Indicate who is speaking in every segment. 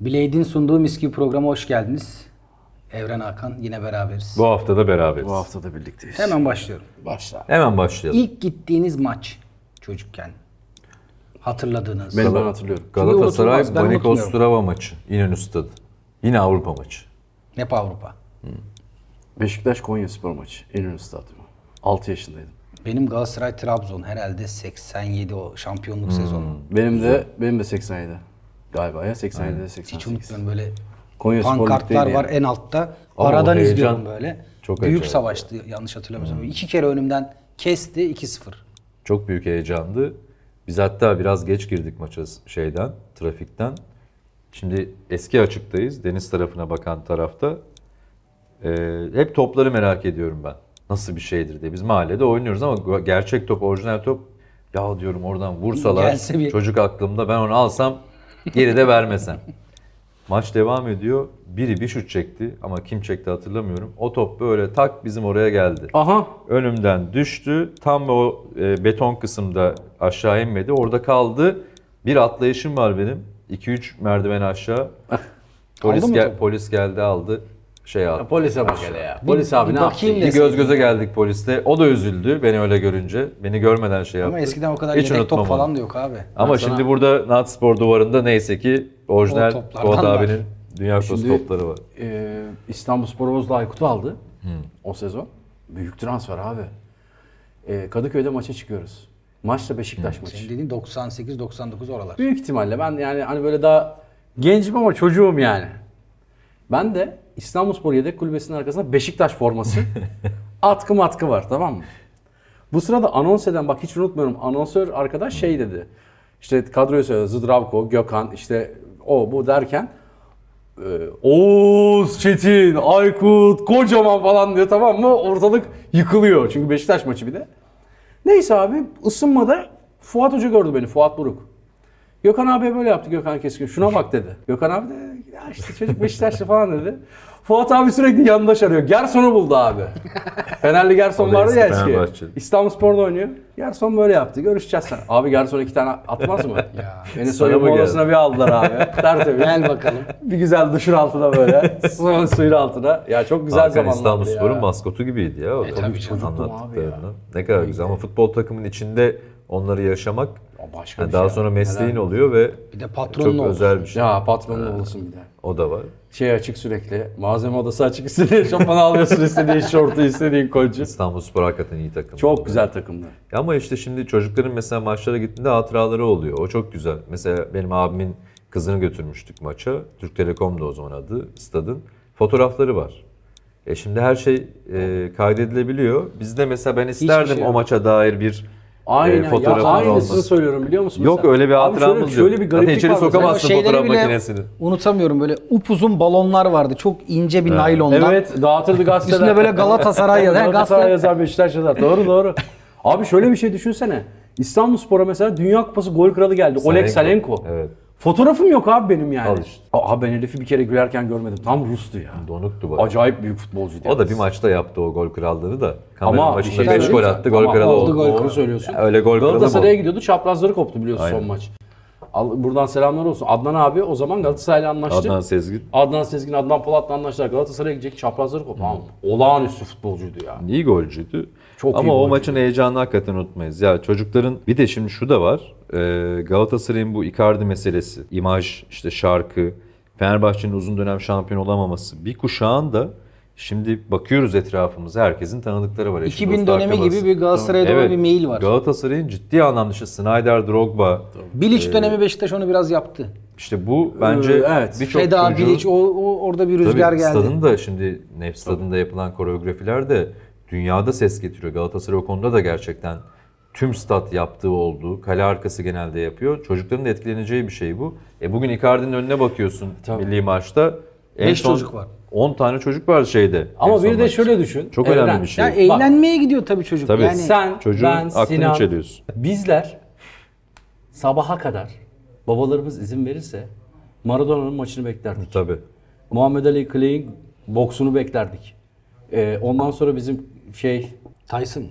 Speaker 1: Blade'in sunduğu Mis gibi programa hoş geldiniz. Evren Hakan yine beraberiz.
Speaker 2: Bu hafta da beraberiz.
Speaker 3: Bu hafta da birlikteyiz.
Speaker 1: Hemen başlıyorum.
Speaker 3: Başla.
Speaker 2: Hemen başlayalım.
Speaker 1: İlk gittiğiniz maç çocukken hatırladığınız.
Speaker 3: Ben, ben hatırlıyorum.
Speaker 1: unutulmaz,
Speaker 2: Galatasaray
Speaker 1: ben
Speaker 2: Banik
Speaker 1: unutmuyorum.
Speaker 2: Ostrava maçı. İnönü Stadı. Yine Avrupa maçı.
Speaker 1: Hep Avrupa.
Speaker 3: Beşiktaş Konya Spor maçı. İnönü Stadyumu. 6 yaşındaydım.
Speaker 1: Benim Galatasaray Trabzon herhalde 87 o şampiyonluk
Speaker 2: Hmm.
Speaker 1: sezonu.
Speaker 3: Benim de benim de 87. Galiba ya 87 de
Speaker 1: Hiç
Speaker 3: 88.
Speaker 1: unutmuyorum böyle
Speaker 3: Konya Spor
Speaker 1: pankartlar
Speaker 3: Lig'deydi
Speaker 1: var
Speaker 3: yani.
Speaker 1: en altta.
Speaker 2: Ama o
Speaker 1: Aradan
Speaker 2: heyecan
Speaker 1: izliyorum böyle.
Speaker 2: çok
Speaker 1: Büyük
Speaker 2: acayip. Hmm.
Speaker 1: savaştı yanlış hatırlamıyorsam. İki kere önümden kesti 2-0.
Speaker 2: Çok büyük heyecandı. Biz hatta biraz geç girdik maça şeyden, trafikten. Şimdi eski açıktayız. Deniz tarafına bakan tarafta. Ee, hep topları merak ediyorum ben. Nasıl bir şeydir diye. Biz mahallede oynuyoruz ama gerçek top, orijinal top. Ya diyorum oradan vursalar
Speaker 1: Gelse bir-
Speaker 2: çocuk aklımda ben onu alsam geri de vermesem. Maç devam ediyor. Biri bir şut çekti ama kim çekti hatırlamıyorum. O top böyle tak bizim oraya geldi
Speaker 3: Aha.
Speaker 2: önümden düştü. Tam o e, beton kısımda aşağı inmedi. Orada kaldı. Bir atlayışım var benim. 2-3 merdiven aşağı. polis,
Speaker 1: Aldın mı
Speaker 2: gel-
Speaker 1: topu?
Speaker 2: polis geldi aldı. Şey aldı.
Speaker 3: Polise bak hele ya.
Speaker 1: Polis abi ne yaptı?
Speaker 2: Bir göz göze geldik poliste. O da üzüldü beni öyle görünce. Beni görmeden şey yaptı.
Speaker 1: Ama eskiden o kadar
Speaker 2: Hiç
Speaker 1: yedek top
Speaker 2: unutmam onu.
Speaker 1: falan da yok abi.
Speaker 2: Ama
Speaker 3: sana-
Speaker 2: şimdi burada Nat Spor duvarında neyse ki
Speaker 1: O
Speaker 2: orijinal
Speaker 1: toplardan
Speaker 2: Fuat
Speaker 1: var.
Speaker 2: abinin Dünya Kupası
Speaker 3: Şimdi-
Speaker 2: topları var.
Speaker 3: Ee, İstanbul Spor Bozda Aykut'u aldı. O sezon. Büyük transfer abi. Ee, Kadıköy'de maça çıkıyoruz. Maçla Beşiktaş maçı.
Speaker 1: Senin dediğin 98-99 oralar.
Speaker 3: Büyük ihtimalle ben yani hani böyle daha gencim ama çocuğum yani. Ben de İstanbulspor yedek kulübesinin arkasında Beşiktaş forması atkı matkı var tamam mı? Bu sırada anons eden bak hiç unutmuyorum anonsör arkadaş şey dedi. İşte kadroyu söyledi Zdravko, Gökhan işte o bu derken e, Oğuz, Çetin, Aykut, kocaman falan diyor tamam mı? Ortalık yıkılıyor çünkü Beşiktaş maçı bir de. Neyse abi ısınmada Fuat Hoca gördü beni Fuat Buruk. Gökhan abi böyle yaptı Gökhan Keskin. Şuna bak dedi. Gökhan abi de ya işte çocuk Beşiktaşlı falan dedi. Fuat abi sürekli yandaş arıyor. Gerson'u buldu abi. Fenerli Gerson
Speaker 2: O da
Speaker 3: vardı ya
Speaker 2: eski
Speaker 3: eski.
Speaker 2: Fenerbahçeli.
Speaker 3: İstanbul Spor'da oynuyor. Gerson böyle yaptı. Görüşeceğiz sen. Abi Gerson iki tane atmaz mı? Beni
Speaker 2: Sana mı
Speaker 3: soyunma
Speaker 2: geldi?
Speaker 3: odasına bir aldılar abi. Tertemiz.
Speaker 1: Gel bakalım.
Speaker 3: Bir güzel duşun altına böyle. Sonra suyun altına. Ya çok güzel
Speaker 2: Hakan
Speaker 3: zamanlardı
Speaker 2: İstanbul
Speaker 3: ya.
Speaker 2: Spor'un maskotu gibiydi ya. O
Speaker 1: E,
Speaker 2: da
Speaker 1: tabii canım.
Speaker 2: anlattıklarını. Ne kadar güzel ama futbol takımının içinde onları yaşamak
Speaker 3: Ya Başka
Speaker 2: yani
Speaker 3: bir
Speaker 2: daha
Speaker 3: şey.
Speaker 2: sonra mesleğin oluyor ve
Speaker 1: Bir de patronun
Speaker 2: E, çok
Speaker 1: oldu.
Speaker 2: özel bir şey.
Speaker 3: Ya patronun olasın bir de.
Speaker 2: O da var.
Speaker 3: Şey açık sürekli. Malzeme odası açık. İstediğin şopanı alıyorsun. istediğin şortu, istediğin kolcu.
Speaker 2: İstanbul Spor hakikaten iyi takım.
Speaker 3: Çok güzel takımdı.
Speaker 2: Ama işte şimdi çocukların mesela maçlara gittiğinde hatıraları oluyor. O çok güzel. Mesela benim abimin kızını götürmüştük maça. Türk Telekom'da o zaman adı stadın. Fotoğrafları var. E şimdi her şey e, kaydedilebiliyor. Bizde mesela ben isterdim
Speaker 1: şey
Speaker 2: o
Speaker 1: yok.
Speaker 2: maça dair bir
Speaker 3: Aynen.
Speaker 2: e,
Speaker 3: ya,
Speaker 2: fotoğrafın
Speaker 3: aynısını
Speaker 2: olması.
Speaker 3: söylüyorum biliyor musun?
Speaker 2: Yok
Speaker 3: Mesela-
Speaker 2: öyle bir
Speaker 3: Abi
Speaker 2: hatıramız
Speaker 3: şöyle,
Speaker 2: yok.
Speaker 3: şöyle bir
Speaker 2: Zaten
Speaker 3: gariplik
Speaker 2: içeri
Speaker 3: var mesela.
Speaker 2: sokamazsın.
Speaker 1: Şeyleri
Speaker 2: fotoğraf
Speaker 1: bile
Speaker 2: makinesini.
Speaker 1: Unutamıyorum böyle upuzun balonlar vardı. Çok ince bir naylondan.
Speaker 3: Evet dağıtırdı gazeteler.
Speaker 1: Üstünde böyle Galatasaray yazar.
Speaker 3: Galatasaray
Speaker 1: Galatasaray
Speaker 3: yazar Beşiktaş yazar. Doğru doğru. Abi şöyle bir şey düşünsene. İstanbulspor'a mesela Dünya Kupası gol kralı geldi. Oleg Salenko.
Speaker 2: Evet.
Speaker 3: Fotoğrafım yok abi benim yani.
Speaker 2: Al işte.
Speaker 3: Aa ben herifi bir kere gülerken görmedim. Tam Rus'tu ya.
Speaker 2: Donuktu bayağı.
Speaker 3: Acayip büyük futbolcuydu.
Speaker 2: O da
Speaker 3: yalnız.
Speaker 2: bir maçta yaptı o gol krallığını da. Kameranın
Speaker 3: Ama bir
Speaker 2: başında
Speaker 3: şey
Speaker 2: 5
Speaker 3: söyleyeyim
Speaker 2: gol
Speaker 3: mi?
Speaker 2: attı, gol
Speaker 3: Tamam,
Speaker 2: kralı
Speaker 1: oldu
Speaker 2: oldu.
Speaker 1: gol
Speaker 3: Doğru
Speaker 1: kralı.
Speaker 3: söylüyorsun.
Speaker 2: Ya öyle gol kralı mı
Speaker 3: Galatasaray'a
Speaker 2: oldu?
Speaker 3: gidiyordu çaprazları koptu biliyorsun
Speaker 2: Aynen.
Speaker 3: son maç. Al, buradan selamlar olsun. Adnan abi o zaman Galatasaray'la anlaştı.
Speaker 2: Adnan Sezgin.
Speaker 3: Adnan Sezgin, Adnan Polat'la anlaştılar. Galatasaray'a gidecek çaprazları koptu. Ama Olağanüstü futbolcuydu ya.
Speaker 2: İyi golcüydü.
Speaker 3: Çok iyi
Speaker 2: Ama o
Speaker 3: golcüydü.
Speaker 2: maçın heyecanını hakikaten unutmayız. Ya çocukların bir de şimdi şu da var. Ee, Galatasaray'ın bu Icardi meselesi, imaj, işte şarkı, Fenerbahçe'nin uzun dönem şampiyon olamaması. Bir kuşağın da şimdi bakıyoruz etrafımıza herkesin tanıdıkları var. Eşi,
Speaker 1: 2000
Speaker 2: dostu,
Speaker 1: dönemi
Speaker 2: akrabası.
Speaker 1: gibi bir Galatasaray'da
Speaker 2: Evet,
Speaker 1: böyle bir mail var.
Speaker 2: Galatasaray'ın ciddi anlamda işte Snyder, Drogba. Ee,
Speaker 1: Bilic dönemi Beşiktaş onu biraz yaptı.
Speaker 2: İşte bu bence
Speaker 3: Ee, evet.
Speaker 2: birçok
Speaker 1: Feda,
Speaker 2: çocuğu-
Speaker 1: Bilic o, o- orada bir
Speaker 2: Tabii
Speaker 1: rüzgar geldi.
Speaker 2: Stadın da şimdi Nef Stadında yapılan koreografiler de dünyada ses getiriyor. Galatasaray o konuda da gerçekten tüm stat yaptığı oldu. Kale arkası genelde yapıyor. Çocukların da etkileneceği bir şey bu. E bugün Icardi'nin önününe bakıyorsun milli maçta. En
Speaker 1: Beş
Speaker 2: son
Speaker 1: çocuk var.
Speaker 2: 10 tane çocuk var şeyde. En
Speaker 3: Ama
Speaker 2: son
Speaker 3: bir de
Speaker 2: maç.
Speaker 3: şöyle düşün.
Speaker 2: Çok
Speaker 3: Evren,
Speaker 2: önemli bir şey.
Speaker 1: Ya eğlenmeye gidiyor tabii çocuk.
Speaker 2: Tabii.
Speaker 1: Yani
Speaker 3: Sen,
Speaker 2: Çocuğun
Speaker 3: ben,
Speaker 2: aklını
Speaker 3: Sinan,
Speaker 2: çeliyorsun.
Speaker 3: bizler sabaha kadar babalarımız izin verirse Maradona'nın maçını beklerdik.
Speaker 2: Tabii.
Speaker 3: Muhammed Ali Clay'in boksunu beklerdik. Ee, ondan sonra bizim şey
Speaker 1: Tyson.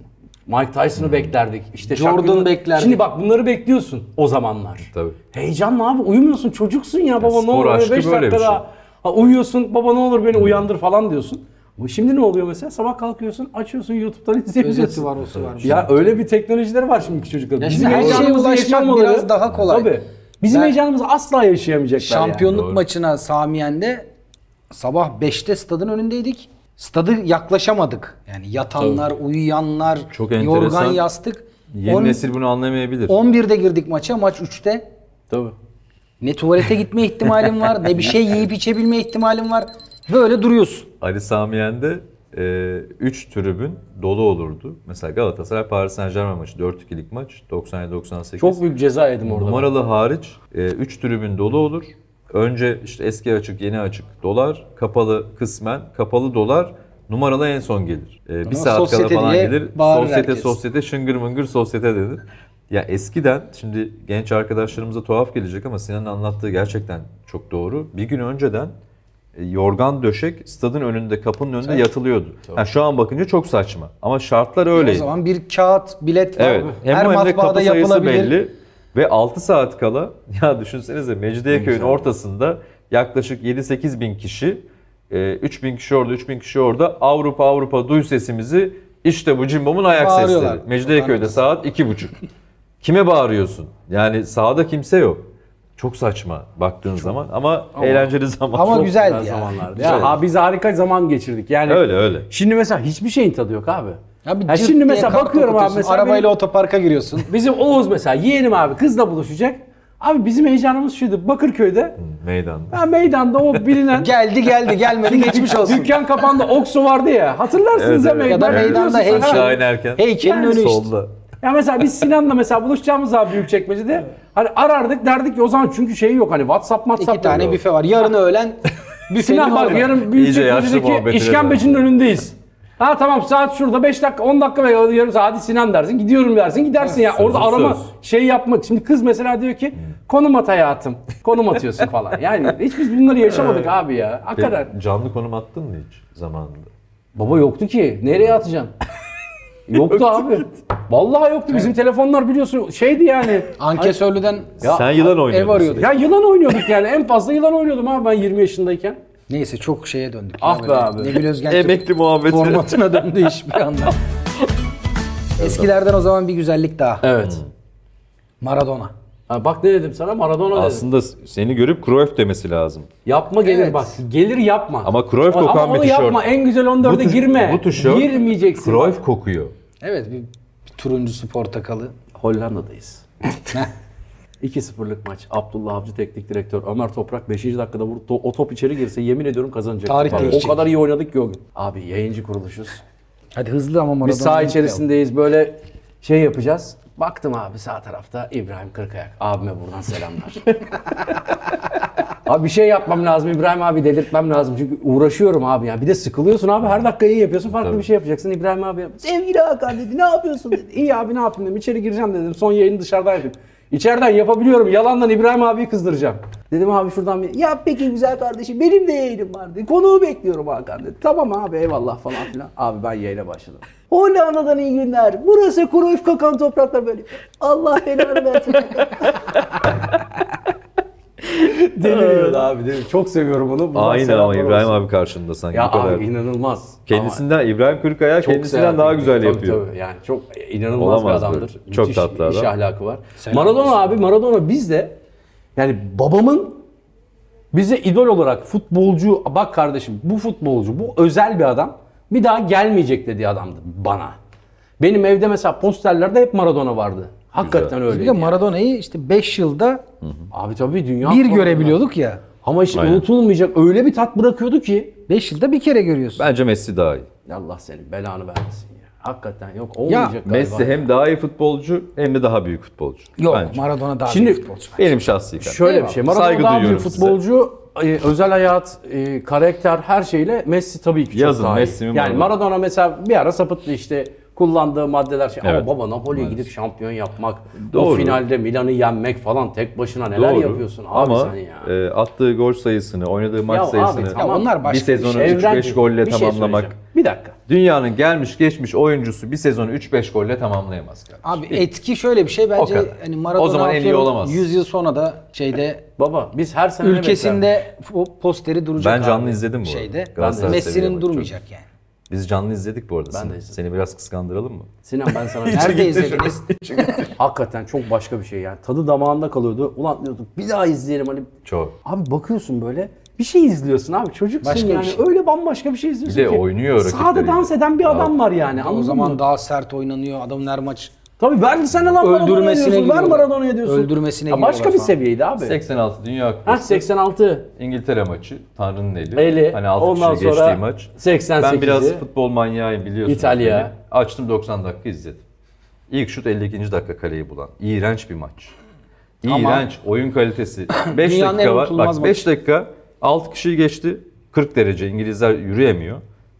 Speaker 3: Mike
Speaker 2: Hmm.
Speaker 3: Tyson'ı beklerdik. İşte
Speaker 1: Jordan
Speaker 3: Shaquille'ı-
Speaker 1: beklerdik.
Speaker 3: Şimdi bak bunları bekliyorsun o zamanlar.
Speaker 2: Tabii.
Speaker 3: Heyecanla abi uyumuyorsun çocuksun ya baba ne
Speaker 2: spor
Speaker 3: olur
Speaker 2: aşkı
Speaker 3: 5
Speaker 2: böyle bir
Speaker 3: dakika
Speaker 2: şey.
Speaker 3: daha. Ha, uyuyorsun baba ne olur beni uyandır falan diyorsun. Ama şimdi ne oluyor mesela? Sabah kalkıyorsun, açıyorsun YouTube'dan izleyebiliyorsun.
Speaker 1: Özeti var, osu var.
Speaker 3: Ya öyle bir teknolojileri var şimdiki çocuklar.
Speaker 1: Ya şimdi her şeye
Speaker 3: heyecanımızı
Speaker 1: ulaşmak
Speaker 3: yaşayamaları-
Speaker 1: biraz daha kolay.
Speaker 3: Tabii. Bizim
Speaker 1: Ben-
Speaker 3: heyecanımızı asla yaşayamayacaklar yani.
Speaker 1: Şampiyonluk
Speaker 2: doğru.
Speaker 1: maçına Samiyen'de sabah 5'te stadın önündeydik. Stadı yaklaşamadık. Yani yatanlar, uyuyanlar,
Speaker 2: Çok
Speaker 1: yorgan
Speaker 2: enteresan.
Speaker 1: yastık.
Speaker 2: Yeni
Speaker 1: On-
Speaker 2: nesil bunu anlayamayabilir.
Speaker 1: 11'de girdik maça, maç 3'te.
Speaker 3: Tabii.
Speaker 1: Ne tuvalete gitme ihtimalim var, ne bir şey yiyip içebilme ihtimalim var. Böyle duruyorsun.
Speaker 2: Ali Samiyen'de 3 tribün dolu olurdu. Mesela Galatasaray Paris Saint Germain maçı 4-2'lik maç 97-98.
Speaker 3: Çok büyük ceza yedim orada.
Speaker 2: Numaralı hariç 3 tribün dolu olur. Önce işte eski açık, yeni açık dolar, kapalı kısmen, kapalı dolar, numaralı en son gelir. E, bir
Speaker 1: Ama
Speaker 2: saat kala
Speaker 1: sosyete
Speaker 2: falan
Speaker 1: diye
Speaker 2: gelir.
Speaker 1: bağırır
Speaker 2: Sosyete,
Speaker 1: herkes.
Speaker 2: sosyete, şıngır mıngır sosyete denir. Ya eskiden, şimdi genç arkadaşlarımıza tuhaf gelecek ama Sinan'ın anlattığı gerçekten çok doğru. Bir gün önceden e, yorgan döşek stadın önünde, kapının önünde yatılıyordu. Ha, şu an bakınca çok saçma ama şartlar öyleydi.
Speaker 1: O zaman bir kağıt, bilet var.
Speaker 2: Evet. Hem
Speaker 1: Her
Speaker 2: o hem de
Speaker 1: matbaada
Speaker 2: kapı sayısı
Speaker 1: yapılabilir.
Speaker 2: belli. Ve 6 saat kala ya düşünsenize Mecidiyeköy'ün ortasında yaklaşık 7-8 bin kişi e, 3 bin kişi orada 3 bin kişi orada Avrupa Avrupa duy sesimizi işte bu Cimbom'un ayak
Speaker 1: Bağırıyorlar.
Speaker 2: sesleri. Mecidiyeköy'de saat 2.30. Kime bağırıyorsun? Yani sahada kimse yok. Çok saçma baktığın zaman ama, eğlenceli zaman.
Speaker 1: Ama
Speaker 2: Çok-
Speaker 1: güzeldi
Speaker 3: Güzel
Speaker 1: ya.
Speaker 3: zamanlardı.
Speaker 2: Güzel.
Speaker 3: Ya, ha, biz harika zaman geçirdik. Yani
Speaker 2: Öyle öyle.
Speaker 3: Şimdi mesela hiçbir şeyin tadı yok abi.
Speaker 1: Abi
Speaker 3: Ha,
Speaker 1: cırt
Speaker 3: şimdi
Speaker 1: diye
Speaker 3: mesela
Speaker 1: kalkıp
Speaker 3: bakıyorum abi
Speaker 1: oturuyorsun,
Speaker 3: mesela
Speaker 1: Arabayla
Speaker 3: benim-
Speaker 1: otoparka giriyorsun.
Speaker 3: bizim Oğuz mesela yeğenim abi kızla buluşacak. Abi bizim heyecanımız şuydu Bakırköy'de
Speaker 2: Meydanda.
Speaker 3: ha, meydanda o bilinen
Speaker 1: geldi geldi gelmedi geçmiş olsun.
Speaker 3: dükkan kapandı Okso vardı ya hatırlarsınız
Speaker 2: Evet,
Speaker 3: ya
Speaker 2: evet.
Speaker 1: Ya da
Speaker 3: meydanda
Speaker 1: meydanda şey-
Speaker 3: biliyorsunuz.
Speaker 1: heykel.
Speaker 2: Aşağı inerken.
Speaker 1: Heykelin
Speaker 3: Yani
Speaker 1: önü işte.
Speaker 2: Solda.
Speaker 3: Ya mesela biz Sinan'la mesela buluşacağımız abi Büyükçekmece'de hani arardık derdik ki o zaman çünkü şey yok hani WhatsApp
Speaker 1: İki
Speaker 3: WhatsApp
Speaker 1: tane
Speaker 3: yok.
Speaker 1: büfe var. Yarın öğlen büfenin
Speaker 3: Sinan bak
Speaker 1: orada.
Speaker 3: yarın
Speaker 2: İyice yaşlı
Speaker 3: Büyükçekmece'deki
Speaker 2: muhabbetine
Speaker 3: işkembecinin
Speaker 2: döndü.
Speaker 3: önündeyiz. Ha tamam saat şurada 5 dakika 10 dakika veya yarım saat hadi Sinan dersin gidiyorum dersin gidersin ya orada
Speaker 2: sözün
Speaker 3: arama
Speaker 2: söz.
Speaker 3: şey yapmak. Şimdi kız mesela diyor ki konum at hayatım konum atıyorsun falan yani hiç biz bunları yaşamadık abi ya hakikaten.
Speaker 2: Canlı konum attın mı hiç zamanında?
Speaker 3: Baba yoktu ki. Nereye atacaksın? yoktu abi. Vallahi yoktu. Bizim telefonlar biliyorsun şeydi yani.
Speaker 1: Ankesörlü'den
Speaker 2: Sen yılan
Speaker 1: ev
Speaker 2: oynuyordun.
Speaker 1: arıyorduk.
Speaker 3: Ya yılan oynuyorduk yani. En fazla yılan oynuyordum abi ben 20 yaşındayken.
Speaker 1: Neyse çok şeye döndük.
Speaker 3: Ah
Speaker 1: ya
Speaker 3: be
Speaker 1: böyle.
Speaker 3: abi.
Speaker 1: Nebil Özgen
Speaker 2: Emekli muhabbeti.
Speaker 1: formatına döndü iş bir anda. Eskilerden o zaman bir güzellik daha.
Speaker 3: Evet.
Speaker 1: Maradona.
Speaker 3: Ha, bak ne dedim sana Maradona dedim.
Speaker 2: Aslında seni görüp Cruyff demesi lazım.
Speaker 3: Yapma gelir
Speaker 1: Evet.
Speaker 3: bak. Gelir yapma.
Speaker 2: Ama Cruyff
Speaker 3: Ama-
Speaker 2: kokan
Speaker 3: ama
Speaker 2: bir
Speaker 3: onu
Speaker 2: tişört.
Speaker 3: yapma. En güzel 14'e
Speaker 2: tiş-
Speaker 3: girme.
Speaker 2: bu tişört-
Speaker 3: Girmeyeceksin.
Speaker 2: Cruyff kokuyor.
Speaker 1: Evet bir, bir turuncusu portakalı.
Speaker 3: Hollanda'dayız. 2-0'lık maç. Abdullah Avcı teknik direktör. Ömer Toprak 5. dakikada vurdu. O top içeri girse yemin ediyorum kazanacak.
Speaker 1: Tarih değişecek.
Speaker 3: o kadar iyi oynadık ki o gün. Abi yayıncı kuruluşuz.
Speaker 1: Hadi hızlı ama Maradona.
Speaker 3: Biz saha içerisindeyiz böyle şey yapacağız. Baktım abi sağ tarafta İbrahim Kırkayak. Abime buradan selamlar. abi bir şey yapmam lazım İbrahim abi delirtmem lazım. Çünkü uğraşıyorum abi ya. Bir de sıkılıyorsun abi her dakika iyi yapıyorsun farklı bir şey yapacaksın. İbrahim abi yap- sevgili Hakan dedi ne yapıyorsun dedi. İyi abi ne yapayım dedim içeri gireceğim dedim. Son yayını dışarıdan yapayım. İçeriden yapabiliyorum. Yalandan İbrahim abiyi kızdıracağım. Dedim abi şuradan bir ya peki güzel kardeşim benim de yayınım var dedi. Konuğu bekliyorum Hakan dedi. Tamam abi eyvallah falan filan. Abi ben yayına başladım. Hollanda'dan iyi günler. Burası Cruyff kakan topraklar böyle. Allah belanı versin. Deliriyordu abi değil mi? Çok seviyorum onu. Buradan
Speaker 2: Aynen
Speaker 3: selamlar
Speaker 2: ama İbrahim
Speaker 3: olsun.
Speaker 2: abi karşında sanki
Speaker 3: Ya
Speaker 2: bu kadar.
Speaker 3: abi inanılmaz. Ama
Speaker 2: kendisinden İbrahim Kırkaya
Speaker 3: çok
Speaker 2: kendisinden
Speaker 3: seyahat
Speaker 2: daha
Speaker 3: ediyor.
Speaker 2: güzel
Speaker 3: Tabii,
Speaker 2: yapıyor.
Speaker 3: Tabii, yani çok inanılmaz
Speaker 2: Olamaz
Speaker 3: bir adamdır.
Speaker 2: böyle. Çok
Speaker 3: Müthiş
Speaker 2: tatlı
Speaker 3: iş
Speaker 2: adam.
Speaker 3: ahlakı var.
Speaker 1: Selam
Speaker 3: Maradona
Speaker 1: olsun.
Speaker 3: abi Maradona bizde yani babamın bize idol olarak futbolcu bak kardeşim bu futbolcu bu özel bir adam bir daha gelmeyecek dediği adamdı bana. Benim evde mesela posterlerde hep Maradona vardı. Hakikaten
Speaker 1: Bir
Speaker 3: öyle.
Speaker 1: de Maradona'yı işte 5 yılda
Speaker 3: Abi tabii dünya
Speaker 1: bir
Speaker 3: Maradona.
Speaker 1: görebiliyorduk ya.
Speaker 3: Ama hiç
Speaker 2: Aynen.
Speaker 3: unutulmayacak öyle bir tat bırakıyordu ki
Speaker 1: 5 yılda bir kere görüyorsun.
Speaker 2: Bence Messi daha iyi.
Speaker 3: Allah senin belanı vermesin ya. Hakikaten yok
Speaker 1: Ya,
Speaker 3: olmayacak galiba.
Speaker 2: Messi hem daha iyi futbolcu hem de daha büyük futbolcu.
Speaker 1: Yok
Speaker 2: Bence.
Speaker 1: Maradona daha
Speaker 3: Şimdi-
Speaker 1: iyi futbolcu.
Speaker 2: Benim şahsi kanaatim.
Speaker 3: Şöyle bir
Speaker 1: Eyvallah.
Speaker 3: şey. Maradona
Speaker 2: Saygı
Speaker 3: daha büyük
Speaker 2: duyuyorum size.
Speaker 3: futbolcu. e, özel hayat, e, karakter her şeyle Messi tabii ki çok
Speaker 2: Yazın
Speaker 3: daha iyi.
Speaker 2: Messi mi
Speaker 3: Yani
Speaker 2: Maradona?
Speaker 3: Maradona mesela bir ara sapıttı işte kullandığı maddeler şey.
Speaker 2: Evet.
Speaker 3: Ama baba Napoli'ye gidip şampiyon yapmak, o
Speaker 2: Doğru.
Speaker 3: finalde Milan'ı yenmek falan tek başına neler
Speaker 2: Doğru.
Speaker 3: yapıyorsun abi
Speaker 2: Ama
Speaker 3: sen ya.
Speaker 2: e, attığı gol sayısını, oynadığı maç
Speaker 3: Ya abi
Speaker 2: sayısını
Speaker 3: tamam.
Speaker 1: Ya onlar
Speaker 2: bir
Speaker 1: başka bir
Speaker 2: sezonu
Speaker 1: şey.
Speaker 2: 3-5 golle
Speaker 3: bir şey
Speaker 2: tamamlamak.
Speaker 3: söyleyeceğim. bir dakika.
Speaker 2: Dünyanın gelmiş geçmiş oyuncusu bir sezonu 3-5 golle tamamlayamaz. kardeşim.
Speaker 1: Abi etki şöyle bir şey
Speaker 2: O
Speaker 1: bence
Speaker 2: kadar.
Speaker 1: hani Maradona
Speaker 2: O zaman en iyi
Speaker 1: atıyorum,
Speaker 2: olamaz.
Speaker 1: 100 yıl sonra da şeyde
Speaker 3: Baba biz her sene ne
Speaker 1: ülkesinde o posteri duracak.
Speaker 2: Ben canlı
Speaker 1: abi
Speaker 2: izledim bu arada.
Speaker 1: şeyde.
Speaker 2: Galatasaray seviyor
Speaker 1: Messi'nin
Speaker 2: bak,
Speaker 1: durmayacak yani.
Speaker 2: Biz canlı izledik bu arada. seni.
Speaker 3: de izledim.
Speaker 2: Seni biraz kıskandıralım mı?
Speaker 3: Sinan ben sana
Speaker 1: Nerede izlediniz?
Speaker 3: hakikaten çok başka bir şey yani. Tadı damağında kalıyordu. Ulan diyorduk bir daha izleyelim hani.
Speaker 2: Çok.
Speaker 3: Abi bakıyorsun böyle bir şey izliyorsun abi çocuksun
Speaker 1: Başka bir
Speaker 3: yani.
Speaker 1: şey.
Speaker 3: Öyle bambaşka bir şey izliyorsun
Speaker 2: Bir de
Speaker 3: ki.
Speaker 2: oynuyor
Speaker 3: Sahada
Speaker 2: rakipleriyle.
Speaker 3: dans eden bir adam var yani.
Speaker 1: o
Speaker 3: anladın
Speaker 1: zaman
Speaker 3: mı?
Speaker 1: daha sert oynanıyor. Adamın her maç
Speaker 3: Tabii ver sen lan Maradona'ya
Speaker 1: Öldürmesine
Speaker 3: diyorsun. Ver
Speaker 1: giriyorlar.
Speaker 3: Maradona'ya diyorsun.
Speaker 1: Öldürmesine
Speaker 3: Ya Başka
Speaker 1: giriyorlar
Speaker 3: bir
Speaker 1: falan.
Speaker 3: seviyeydi abi.
Speaker 2: 86 Dünya
Speaker 3: Ha
Speaker 2: Kupası.
Speaker 3: 86.
Speaker 2: İngiltere maçı. Tanrı'nın eli.
Speaker 3: Eli.
Speaker 2: Hani 6
Speaker 3: Ondan
Speaker 2: kişi
Speaker 3: sonra
Speaker 2: geçtiği maç.
Speaker 3: 88'i.
Speaker 2: Ben biraz futbol manyağıyım biliyorsun.
Speaker 3: İtalya.
Speaker 2: beni. Açtım 90 dakika izledim. İlk şut 52. dakika kaleyi bulan. İğrenç bir maç. İğrenç. Oyun kalitesi. 5
Speaker 1: Dünyanın en
Speaker 2: dakika var.
Speaker 1: unutulmaz
Speaker 2: Bak 5 dakika 6 kişiyi geçti. 40 derece İngilizler yürüyemiyor.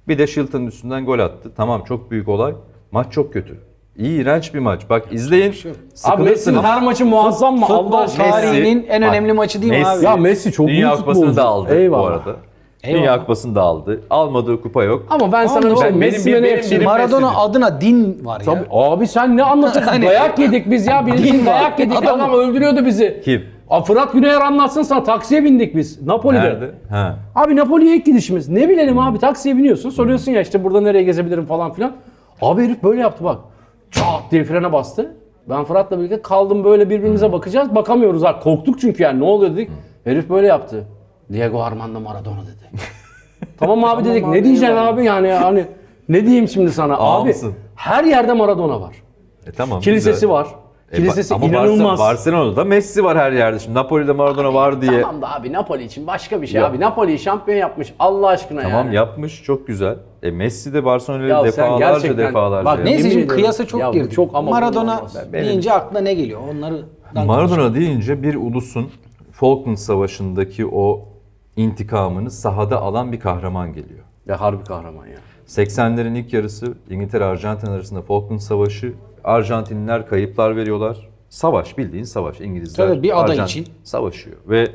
Speaker 2: Bir de Shilton'un üstünden gol attı. Tamam çok büyük olay. Maç çok kötü. İğrenç bir maç. Bak izleyin.
Speaker 3: Abi Messi'nin
Speaker 2: Sıkılırsınız.
Speaker 3: her maçı muazzam mı?
Speaker 1: Futbol
Speaker 3: Allah aşkına.
Speaker 1: tarihi-
Speaker 3: ya.
Speaker 1: Tarihinin en önemli maçı değil mi abi?
Speaker 3: Ya Messi çok
Speaker 2: Dünya
Speaker 3: iyi
Speaker 2: Kupası'nı
Speaker 3: futbolcu.
Speaker 2: da aldı
Speaker 3: Eyvallah.
Speaker 2: bu arada.
Speaker 1: Eyvallah.
Speaker 2: Dünya Kupası'nı da aldı. Almadığı kupa yok.
Speaker 3: Ama ben sana bir
Speaker 1: Anladım.
Speaker 3: şey
Speaker 2: Benim-
Speaker 3: Messi'ye ne
Speaker 2: benim-
Speaker 3: yakışır?
Speaker 2: benim-
Speaker 1: Maradona
Speaker 2: Messi'dir.
Speaker 1: adına din var ya.
Speaker 3: Tabii, abi sen ne anlatıyorsun?
Speaker 1: Hani-
Speaker 3: dayak yedik biz ya. Birinin dayak yedik. Adam, öldürüyordu bizi.
Speaker 2: Kim?
Speaker 3: Aa, Fırat Güney'er anlatsın sana. Taksiye bindik biz. Napoli'de.
Speaker 2: Nerede? Ha.
Speaker 3: Abi Napoli'ye ilk gidişimiz. Ne bilelim abi taksiye biniyorsun. Soruyorsun ya işte burada nereye gezebilirim falan filan. Abi herif böyle yaptı bak. Çat diye frene bastı. Ben Fırat'la birlikte kaldım böyle
Speaker 2: Hmm.
Speaker 3: birbirimize bakacağız. Bakamıyoruz ha. Korktuk çünkü yani ne oluyor dedik. Herif böyle yaptı. Diego Armando Maradona dedi. tamam abi dedik. ne diyeceksin abi yani hani ne diyeyim şimdi sana
Speaker 2: Ağa
Speaker 3: abi?
Speaker 2: mısın?
Speaker 3: Her yerde Maradona var.
Speaker 2: E tamam.
Speaker 3: Kilisesi
Speaker 2: güzel.
Speaker 3: var.
Speaker 2: E,
Speaker 3: Kilisesi
Speaker 2: ba- ama Barcelona-
Speaker 3: inanılmaz.
Speaker 2: Barcelona'da Messi var her yerde. Şimdi Napoli'de Maradona var diye. Tamam,
Speaker 3: Tamam da abi Napoli için başka bir şey
Speaker 2: Ya.
Speaker 3: abi. Napoli'yi şampiyon yapmış Allah aşkına yani.
Speaker 2: yapmış çok güzel. E Messi de Barcelona'yı
Speaker 3: Ya sen
Speaker 2: defalarca
Speaker 3: gerçekten-
Speaker 2: defalarca.
Speaker 3: Bak
Speaker 2: yaptı.
Speaker 1: Neyse
Speaker 3: Yemin
Speaker 1: şimdi
Speaker 3: ediyorum.
Speaker 1: kıyasa çok
Speaker 3: Ya bu
Speaker 1: girdik.
Speaker 3: çok ama
Speaker 1: Maradona
Speaker 3: inanılmaz. Ben-
Speaker 2: benim-
Speaker 1: deyince aklına ne geliyor? Onları
Speaker 2: Maradona deyince bir ulusun Falkland Savaşı'ndaki o intikamını sahada alan bir kahraman geliyor.
Speaker 3: Ya harbi kahraman ya.
Speaker 2: 80'lerin ilk yarısı İngiltere-Arjantin arasında Falkland Savaşı. Arjantinliler kayıplar veriyorlar. Savaş bildiğin savaş. İngilizler
Speaker 1: Tabii bir ada
Speaker 2: Arjantin
Speaker 1: için.
Speaker 2: savaşıyor ve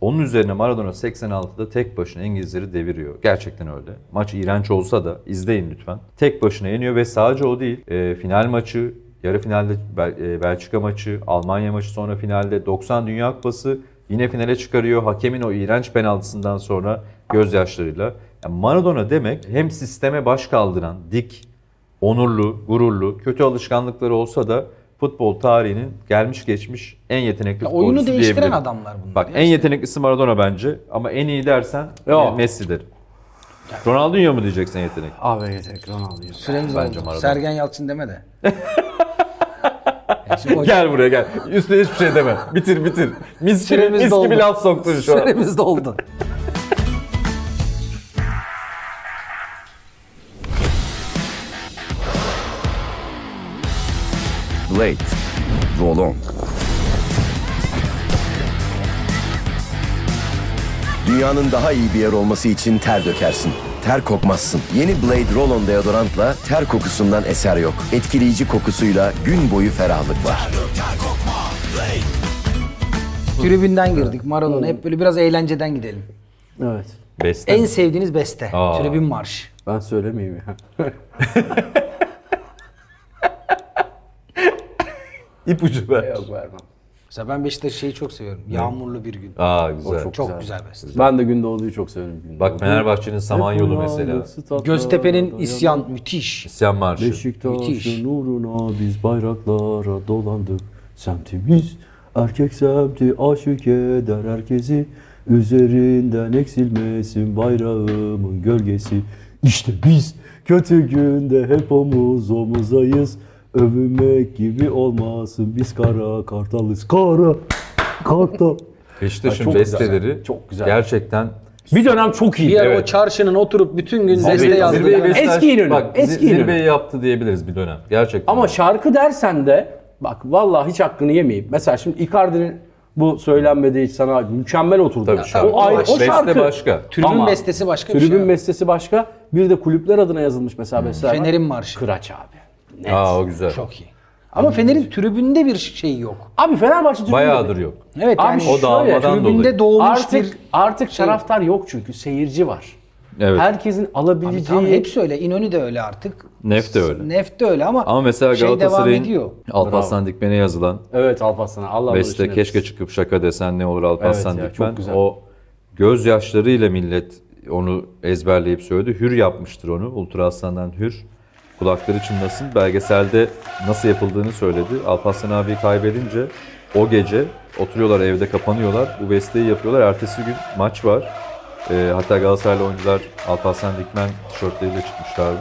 Speaker 2: onun üzerine Maradona 86'da tek başına İngilizleri deviriyor. Gerçekten öyle. Maç iğrenç olsa da izleyin lütfen. Tek başına yeniyor ve sadece o değil. E, final maçı, yarı finalde Bel- e, Belçika maçı, Almanya maçı sonra finalde 90 Dünya Kupası yine finale çıkarıyor. Hakemin o iğrenç penaltısından sonra gözyaşlarıyla. Yani Maradona demek hem sisteme baş kaldıran, dik, onurlu, gururlu, kötü alışkanlıkları olsa da futbol tarihinin gelmiş geçmiş en yetenekli
Speaker 1: oyunu
Speaker 2: futbolcusu
Speaker 1: değiştiren
Speaker 2: diyebilirim.
Speaker 1: adamlar bunlar
Speaker 2: Bak
Speaker 1: ya
Speaker 2: en yeteneklisi Maradona bence ama en iyi dersen e,
Speaker 3: Yok.
Speaker 2: Messi'dir. Ronaldinho mu diyeceksin yetenek?
Speaker 3: Abi evet Ronaldo ya.
Speaker 1: Süremiz
Speaker 2: Bence
Speaker 1: oldu.
Speaker 2: Maradona.
Speaker 1: Sergen Yalçın deme de. Ya şimdi o-
Speaker 2: Gel buraya gel. Üstüne hiçbir şey deme. Bitir bitir. Mis gibi,
Speaker 1: Süremiz
Speaker 2: mis
Speaker 1: doldu.
Speaker 2: gibi laf soktun şu an.
Speaker 1: Süremiz doldu.
Speaker 4: Blade. Roll on. Dünyanın daha iyi bir yer olması için ter dökersin. Ter kokmazsın. Yeni Blade Roll-On deodorantla ter kokusundan eser yok. Etkileyici kokusuyla gün boyu ferahlık var.
Speaker 1: Tribünden girdik Maradona. Hep böyle biraz eğlenceden gidelim.
Speaker 3: Evet.
Speaker 2: Beste.
Speaker 1: En sevdiğiniz beste.
Speaker 2: Aa.
Speaker 1: Tribün marşı.
Speaker 3: Ben söylemeyeyim ya.
Speaker 2: ipucu ver.
Speaker 3: Yok vermem.
Speaker 1: Mesela ben Beşiktaş şeyi çok seviyorum. Yağmurlu bir gün.
Speaker 2: Aa güzel.
Speaker 1: çok güzel, beste.
Speaker 3: Ben de Gündoğdu'yu çok severim. Gündoğdu.
Speaker 2: Bak Fenerbahçe'nin Samanyolu mesela.
Speaker 1: Göztepe'nin isyan müthiş.
Speaker 2: İsyan Marşı.
Speaker 1: Müthiş.
Speaker 3: Beşiktaş'ın uğruna biz bayraklara dolandık. Semtimiz erkek semti aşık eder herkesi. Üzerinden eksilmesin bayrağımın gölgesi. İşte biz kötü günde hep omuz omuzayız. Övünmek gibi olmasın biz kara kartalız. Kara kartal.
Speaker 2: Beşiktaş'ın
Speaker 3: Çok güzel.
Speaker 2: besteleri
Speaker 3: Çok güzel.
Speaker 2: gerçekten
Speaker 3: Bir dönem çok iyi.
Speaker 1: Bir yer
Speaker 2: Evet.
Speaker 1: o çarşının oturup bütün gün
Speaker 3: Abi,
Speaker 1: beste yazdığı.
Speaker 2: Zirveyi
Speaker 1: Yani.
Speaker 2: Beşiktaş-
Speaker 3: Eski İnönü,
Speaker 2: Bak,
Speaker 3: eski
Speaker 2: zi-
Speaker 3: İnönü.
Speaker 2: zirveyi yaptı diyebiliriz bir dönem. Gerçekten.
Speaker 3: Ama şarkı dersen de bak vallahi hiç hakkını yemeyeyim. Mesela şimdi Icardi'nin bu söylenmedi hiç sana mükemmel oturdu.
Speaker 2: Tabii
Speaker 3: Ya,
Speaker 2: şarkı.
Speaker 3: O, ayrı, o
Speaker 2: Beste
Speaker 3: şarkı.
Speaker 2: başka.
Speaker 1: Tribün
Speaker 3: Ama
Speaker 1: bestesi başka bir
Speaker 3: Tribün
Speaker 1: şey.
Speaker 3: bestesi başka. Bir de kulüpler adına yazılmış mesela besteler. var.
Speaker 1: Fener'in marşı.
Speaker 3: Kıraç abi. Net.
Speaker 2: Aa o güzel.
Speaker 1: Çok iyi. Ama Fener'in tribünde bir şey yok.
Speaker 3: Abi Fenerbahçe tribünde...
Speaker 2: Bayağıdır yok.
Speaker 1: Evet
Speaker 3: Abi
Speaker 1: yani
Speaker 3: o
Speaker 1: şöyle,
Speaker 2: dağılmadan
Speaker 1: tribünde
Speaker 2: dolayı.
Speaker 1: doğmuş
Speaker 3: Artık,
Speaker 1: bir şey.
Speaker 3: artık taraftar yok çünkü seyirci var.
Speaker 2: Evet.
Speaker 3: Herkesin alabileceği...
Speaker 1: Tamam hepsi öyle. İnönü de öyle artık.
Speaker 2: Nef de öyle.
Speaker 1: Nef de öyle ama,
Speaker 2: Ama mesela
Speaker 1: şey devam
Speaker 2: Galatasaray'ın
Speaker 1: ediyor.
Speaker 2: Alparslan Dikmen'e yazılan
Speaker 3: Evet Alparslan'a Allah
Speaker 2: beste keşke çıkıp şaka desen ne olur Alparslan
Speaker 3: Evet ya, çok
Speaker 2: Dikmen.
Speaker 3: güzel.
Speaker 2: O gözyaşlarıyla millet onu ezberleyip söyledi. Hür yapmıştır onu. Ultra Aslan'dan Hür. Kulakları çınlasın. Belgeselde nasıl yapıldığını söyledi. Alparslan abi kaybedince o gece oturuyorlar evde kapanıyorlar. Bu besteyi yapıyorlar. Ertesi gün maç var. Ee, hatta Galatasaraylı oyuncular Alparslan Dikmen tişörtleriyle çıkmışlardı.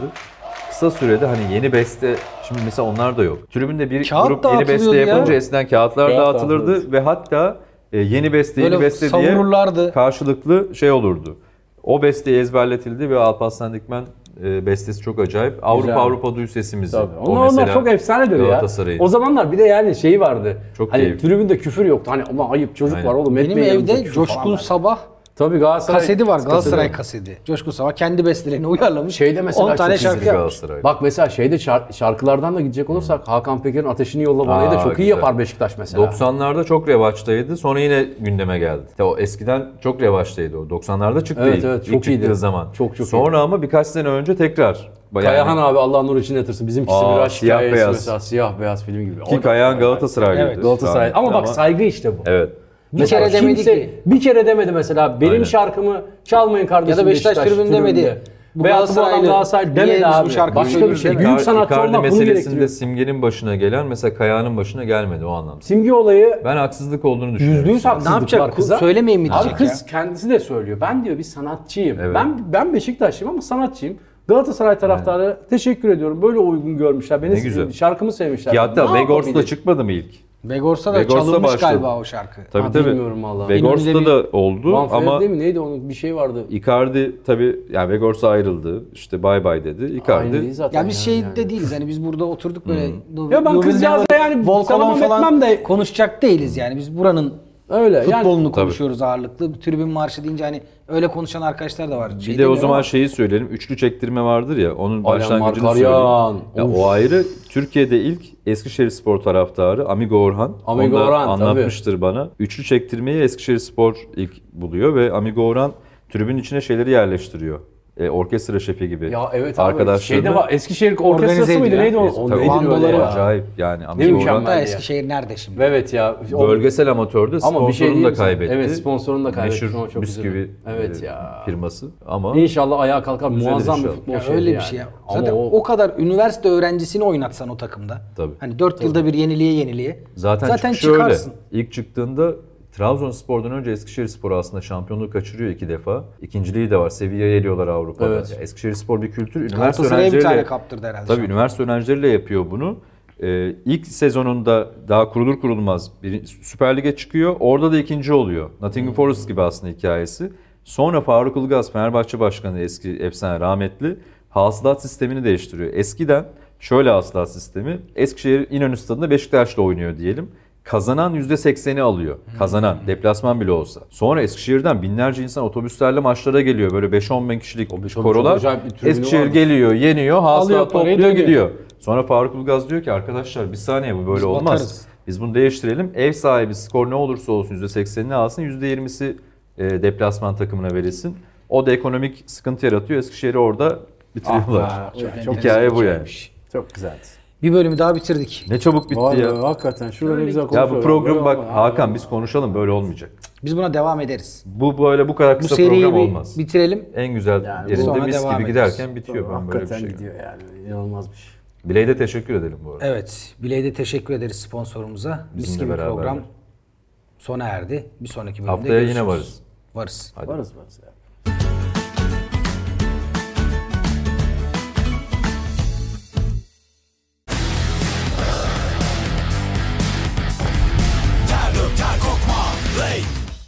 Speaker 2: Kısa sürede hani yeni beste, şimdi mesela onlar da yok. Tribünde bir
Speaker 1: Kağıt
Speaker 2: grup yeni beste
Speaker 1: dağıtılıyordu ya.
Speaker 2: yapınca eskiden kağıtlar
Speaker 3: Kağıt
Speaker 2: dağıtılırdı
Speaker 3: dağıtılırdı.
Speaker 2: ve hatta e, yeni beste yeni
Speaker 1: Böyle
Speaker 2: beste diye
Speaker 1: savururlardı.
Speaker 2: karşılıklı şey olurdu. O beste ezberletildi ve Alparslan Dikmen e, bestesi çok acayip. Avrupa Avrupa duy sesimizi.
Speaker 3: Tabii.
Speaker 2: O
Speaker 3: Onlar, onlar
Speaker 2: mesela
Speaker 3: çok efsanedir ya.
Speaker 2: Galatasaray'ın.
Speaker 3: O zamanlar bir de yani şey vardı.
Speaker 2: Çok
Speaker 3: hani
Speaker 2: keyifli.
Speaker 3: tribünde küfür yoktu. Hani ama ayıp çocuk
Speaker 2: Aynen.
Speaker 3: var oğlum.
Speaker 1: Benim
Speaker 3: etmeyin yanımıza
Speaker 1: evde
Speaker 3: küfür
Speaker 1: Coşkun
Speaker 3: falan.
Speaker 1: Sabah
Speaker 3: Tabii Galatasaray
Speaker 1: kaseti var. Galatasaray kaseti. Coşkun Sabah kendi bestelerini uyarlamış.
Speaker 3: Şeyde mesela
Speaker 1: 10 tane
Speaker 3: çok
Speaker 1: şarkı
Speaker 2: Bir
Speaker 3: izledim.
Speaker 1: yapmış.
Speaker 2: Galatasaray. Hmm.
Speaker 3: Bak mesela şeyde şar- şarkılardan da gidecek olursak Hakan Peker'in Ateşini Yolla Bana'yı da
Speaker 2: Aa,
Speaker 3: çok iyi
Speaker 2: güzel.
Speaker 3: yapar Beşiktaş mesela.
Speaker 2: 90'larda çok revaçtaydı. Sonra yine gündeme geldi. İşte o eskiden çok revaçtaydı o. 90'larda çıktı
Speaker 3: Evet,
Speaker 2: ilk.
Speaker 3: evet,
Speaker 2: İlk
Speaker 3: çok
Speaker 2: çıktığı
Speaker 3: iyiydi.
Speaker 2: zaman.
Speaker 3: Çok, çok
Speaker 2: Sonra ama birkaç sene önce tekrar.
Speaker 3: Kayahan
Speaker 2: Yani-
Speaker 3: abi Allah nur için yatırsın. Bizimkisi
Speaker 2: Aa,
Speaker 3: biraz
Speaker 2: siyah
Speaker 3: hikayesi
Speaker 2: beyaz.
Speaker 3: mesela siyah beyaz film gibi.
Speaker 2: Ki
Speaker 3: O-
Speaker 2: Kayahan Galatasaraylıydı.
Speaker 1: Evet,
Speaker 3: Galatasaray. Ama bak saygı işte bu.
Speaker 2: Evet.
Speaker 1: Bir kere
Speaker 3: Mesela
Speaker 1: demedi
Speaker 3: kimse-
Speaker 1: ki.
Speaker 3: Bir kere demedi mesela benim
Speaker 2: Aynen.
Speaker 3: şarkımı çalmayın kardeşim
Speaker 1: Ya da Beşiktaş tribünü demedi. Bu
Speaker 3: Veyahut da bu adam
Speaker 1: Galatasaraylı.
Speaker 3: Galatasaray
Speaker 1: Niye
Speaker 3: demedi
Speaker 1: biz bu
Speaker 3: abi.
Speaker 1: şarkıyı
Speaker 3: Başka bir
Speaker 1: söylüyoruz?
Speaker 3: şey.
Speaker 1: Icardi-
Speaker 3: Büyük sanatçı
Speaker 2: Icardi
Speaker 3: olmak bunu
Speaker 2: meselesinde
Speaker 3: gerektiriyor.
Speaker 2: simgenin başına gelen mesela Kaya'nın başına gelmedi o anlamda.
Speaker 3: Simge olayı
Speaker 2: Ben haksızlık olduğunu düşünüyorum.
Speaker 3: Yüzde yüz
Speaker 1: Ne
Speaker 3: haksızlık
Speaker 1: yapacak?
Speaker 3: var kıza.
Speaker 1: Söylemeyin mi diyecek
Speaker 3: Abi kız
Speaker 1: ya?
Speaker 3: kendisi de söylüyor. Ben diyor bir sanatçıyım.
Speaker 2: Evet.
Speaker 3: Ben ben Beşiktaşlıyım ama sanatçıyım. Galatasaray taraftarı teşekkür ediyorum. Böyle uygun görmüşler. Beni
Speaker 2: Ne güzel.
Speaker 3: şarkımı sevmişler.
Speaker 2: Ki
Speaker 3: Ne
Speaker 2: hatta Vegors'ta
Speaker 3: yapabilir?
Speaker 2: çıkmadı mı ilk?
Speaker 1: Vegors'a da
Speaker 2: Vegors'a
Speaker 1: çalınmış
Speaker 2: başladı.
Speaker 1: galiba o şarkı.
Speaker 2: Tabii
Speaker 3: Ha,
Speaker 2: tabii.
Speaker 3: bilmiyorum vallahi.
Speaker 2: Vegors'ta
Speaker 1: İnönü'de
Speaker 2: da oldu
Speaker 3: Van Ferdi
Speaker 2: ama
Speaker 3: değil mi? Neydi onun bir şey vardı.
Speaker 2: Icardi tabii yani Vegors'a ayrıldı. İşte bay bay dedi.
Speaker 3: Aynı değil
Speaker 2: Icardi
Speaker 3: zaten.
Speaker 1: Ya biz şey
Speaker 3: yani.
Speaker 1: de değiliz hani biz burada oturduk böyle. Hmm.
Speaker 3: Ya ben kızcağızla yani
Speaker 1: Volkalon
Speaker 3: selam
Speaker 1: falan
Speaker 3: etmem de-
Speaker 1: konuşacak değiliz yani biz buranın
Speaker 3: Öyle
Speaker 1: futbolunu
Speaker 3: yani.
Speaker 1: konuşuyoruz ağırlıklı. Tribün marşı deyince hani öyle konuşan arkadaşlar da var. Şey
Speaker 2: Bir de o
Speaker 1: demiyorum
Speaker 2: zaman
Speaker 1: ama
Speaker 2: şeyi söyleyelim. Üçlü çektirme vardır ya. Onun
Speaker 3: Alan
Speaker 2: başlangıcını
Speaker 3: Markaryan.
Speaker 2: söyleyeyim. Ya o ayrı. Türkiye'de ilk Eskişehirspor taraftarı Amigo Orhan.
Speaker 3: Amigo
Speaker 2: Onu da
Speaker 3: Orhan, tabii.
Speaker 2: anlatmıştır bana. Üçlü çektirmeyi Eskişehirspor ilk buluyor ve Amigo Orhan tribünün içine şeyleri yerleştiriyor. E, orkestra şefi gibi.
Speaker 3: Ya evet abi.
Speaker 2: Arkadaşlarını.
Speaker 3: Şeyde var. Eskişehir
Speaker 1: Organize
Speaker 3: orkestrası mıydı?
Speaker 1: ediyor.
Speaker 3: Neydi o?
Speaker 2: Tabii,
Speaker 3: O neydi öyle
Speaker 1: Bandoları
Speaker 2: o
Speaker 3: ya?
Speaker 1: var.
Speaker 2: Acayip yani Amigo
Speaker 3: mükemmel.
Speaker 2: Orhan
Speaker 1: da
Speaker 3: ya.
Speaker 1: Eskişehir nerede şimdi?
Speaker 3: Evet ya. O-
Speaker 2: bölgesel amatörde
Speaker 3: Ama bir şey
Speaker 2: sponsorunu da
Speaker 3: diyeyim sana.
Speaker 2: kaybetti.
Speaker 3: Evet, sponsorunu da kaybetti. Ama
Speaker 2: Meşhur
Speaker 3: çok üzüldüm.
Speaker 2: bisküvi
Speaker 3: Evet
Speaker 2: e,
Speaker 3: ya.
Speaker 2: firması ama
Speaker 3: İnşallah ayağa kalkar. Muazzam bir
Speaker 2: inşallah.
Speaker 3: futbol
Speaker 1: Ya
Speaker 3: şehri
Speaker 1: öyle bir
Speaker 3: yani.
Speaker 1: şey ya.
Speaker 3: Ama
Speaker 1: Zaten o...
Speaker 3: o-
Speaker 1: kadar üniversite öğrencisini oynatsan o takımda.
Speaker 2: Tabii.
Speaker 1: Hani 4 yılda bir yeniliğe yeniliğe.
Speaker 2: Zaten,
Speaker 1: zaten
Speaker 2: çıkışı öyle.
Speaker 1: çıkarsın.
Speaker 2: İlk çıktığında Trabzonspor'dan önce Eskişehirspor aslında şampiyonluğu kaçırıyor iki defa. İkinciliği de var. Sevilla'ya eliyorlar Avrupa'da.
Speaker 3: Evet.
Speaker 2: Yani Eskişehirspor bir kültür. Üniversite
Speaker 1: Galatasaray'a bir tane
Speaker 2: öğrencileriyle
Speaker 1: kaptırdı herhalde.
Speaker 2: Tabii üniversite öğrencileriyle yapıyor bunu. Ee, ilk sezonunda daha kurulur kurulmaz bir Süper Lig'e çıkıyor. Orada da ikinci oluyor.
Speaker 3: Hmm.
Speaker 2: Nottingham Forest gibi aslında hikayesi. Sonra Faruk Ilgaz Fenerbahçe Başkanı eski efsane rahmetli hasılat sistemini değiştiriyor. Eskiden şöyle hasılat sistemi. Eskişehir İnönü Stadı'nda Beşiktaş'la oynuyor diyelim. Kazanan %80'i alıyor.
Speaker 3: Hmm.
Speaker 2: Kazanan. Deplasman bile olsa. Sonra Eskişehir'den binlerce insan otobüslerle maçlara geliyor. Böyle 5-10 bin kişilik
Speaker 3: çok
Speaker 2: korolar.
Speaker 3: acayip bir tribünü
Speaker 2: Eskişehir
Speaker 3: varmış.
Speaker 2: geliyor, yeniyor,
Speaker 3: Alıyor
Speaker 2: hasılat
Speaker 3: parayı,
Speaker 2: topluyor,
Speaker 3: dönüyor.
Speaker 2: gidiyor. Sonra Faruk Ulgaz diyor ki arkadaşlar bir saniye bu böyle
Speaker 1: Biz
Speaker 2: olmaz.
Speaker 1: batarız.
Speaker 2: Biz bunu değiştirelim. Ev sahibi skor ne olursa olsun %80'ini alsın, %20'si e, deplasman takımına verilsin. O da ekonomik sıkıntı yaratıyor. Eskişehir'i orada bitiriyorlar.
Speaker 1: Ah
Speaker 2: Hikaye bu yani.
Speaker 3: Çok güzeldi.
Speaker 1: Bir bölümü daha bitirdik.
Speaker 2: Ne çabuk bitti
Speaker 3: Vay be,
Speaker 2: ya.
Speaker 3: hakikaten şurada ne güzel
Speaker 2: Ya
Speaker 3: konuşuyorlar.
Speaker 2: bu program
Speaker 3: Böyle
Speaker 2: bak
Speaker 3: olmaz.
Speaker 2: Hakan biz konuşalım böyle olmayacak.
Speaker 1: Biz buna devam ederiz.
Speaker 2: Bu böyle bu kadar
Speaker 1: Bu
Speaker 2: kısa
Speaker 1: seriyi
Speaker 2: program
Speaker 1: bir
Speaker 2: olmaz.
Speaker 1: bitirelim.
Speaker 2: En güzel
Speaker 3: bu
Speaker 2: yerinde
Speaker 1: sonra
Speaker 2: mis gibi
Speaker 1: devam ederiz.
Speaker 2: giderken bitiyor. ben böyle bir
Speaker 3: Hakikaten
Speaker 2: şey.
Speaker 3: gidiyor yani. İnanılmaz bir şey.
Speaker 2: Bileğe teşekkür edelim bu arada.
Speaker 1: Evet. Bileğde teşekkür ederiz sponsorumuza. Mis
Speaker 2: Bizimle
Speaker 1: gibi
Speaker 2: beraber.
Speaker 1: program sona erdi. Bir sonraki bölümde
Speaker 2: Haftaya yine
Speaker 1: görüşürüz.
Speaker 2: varız.
Speaker 1: Varız.
Speaker 3: Varız varız ya.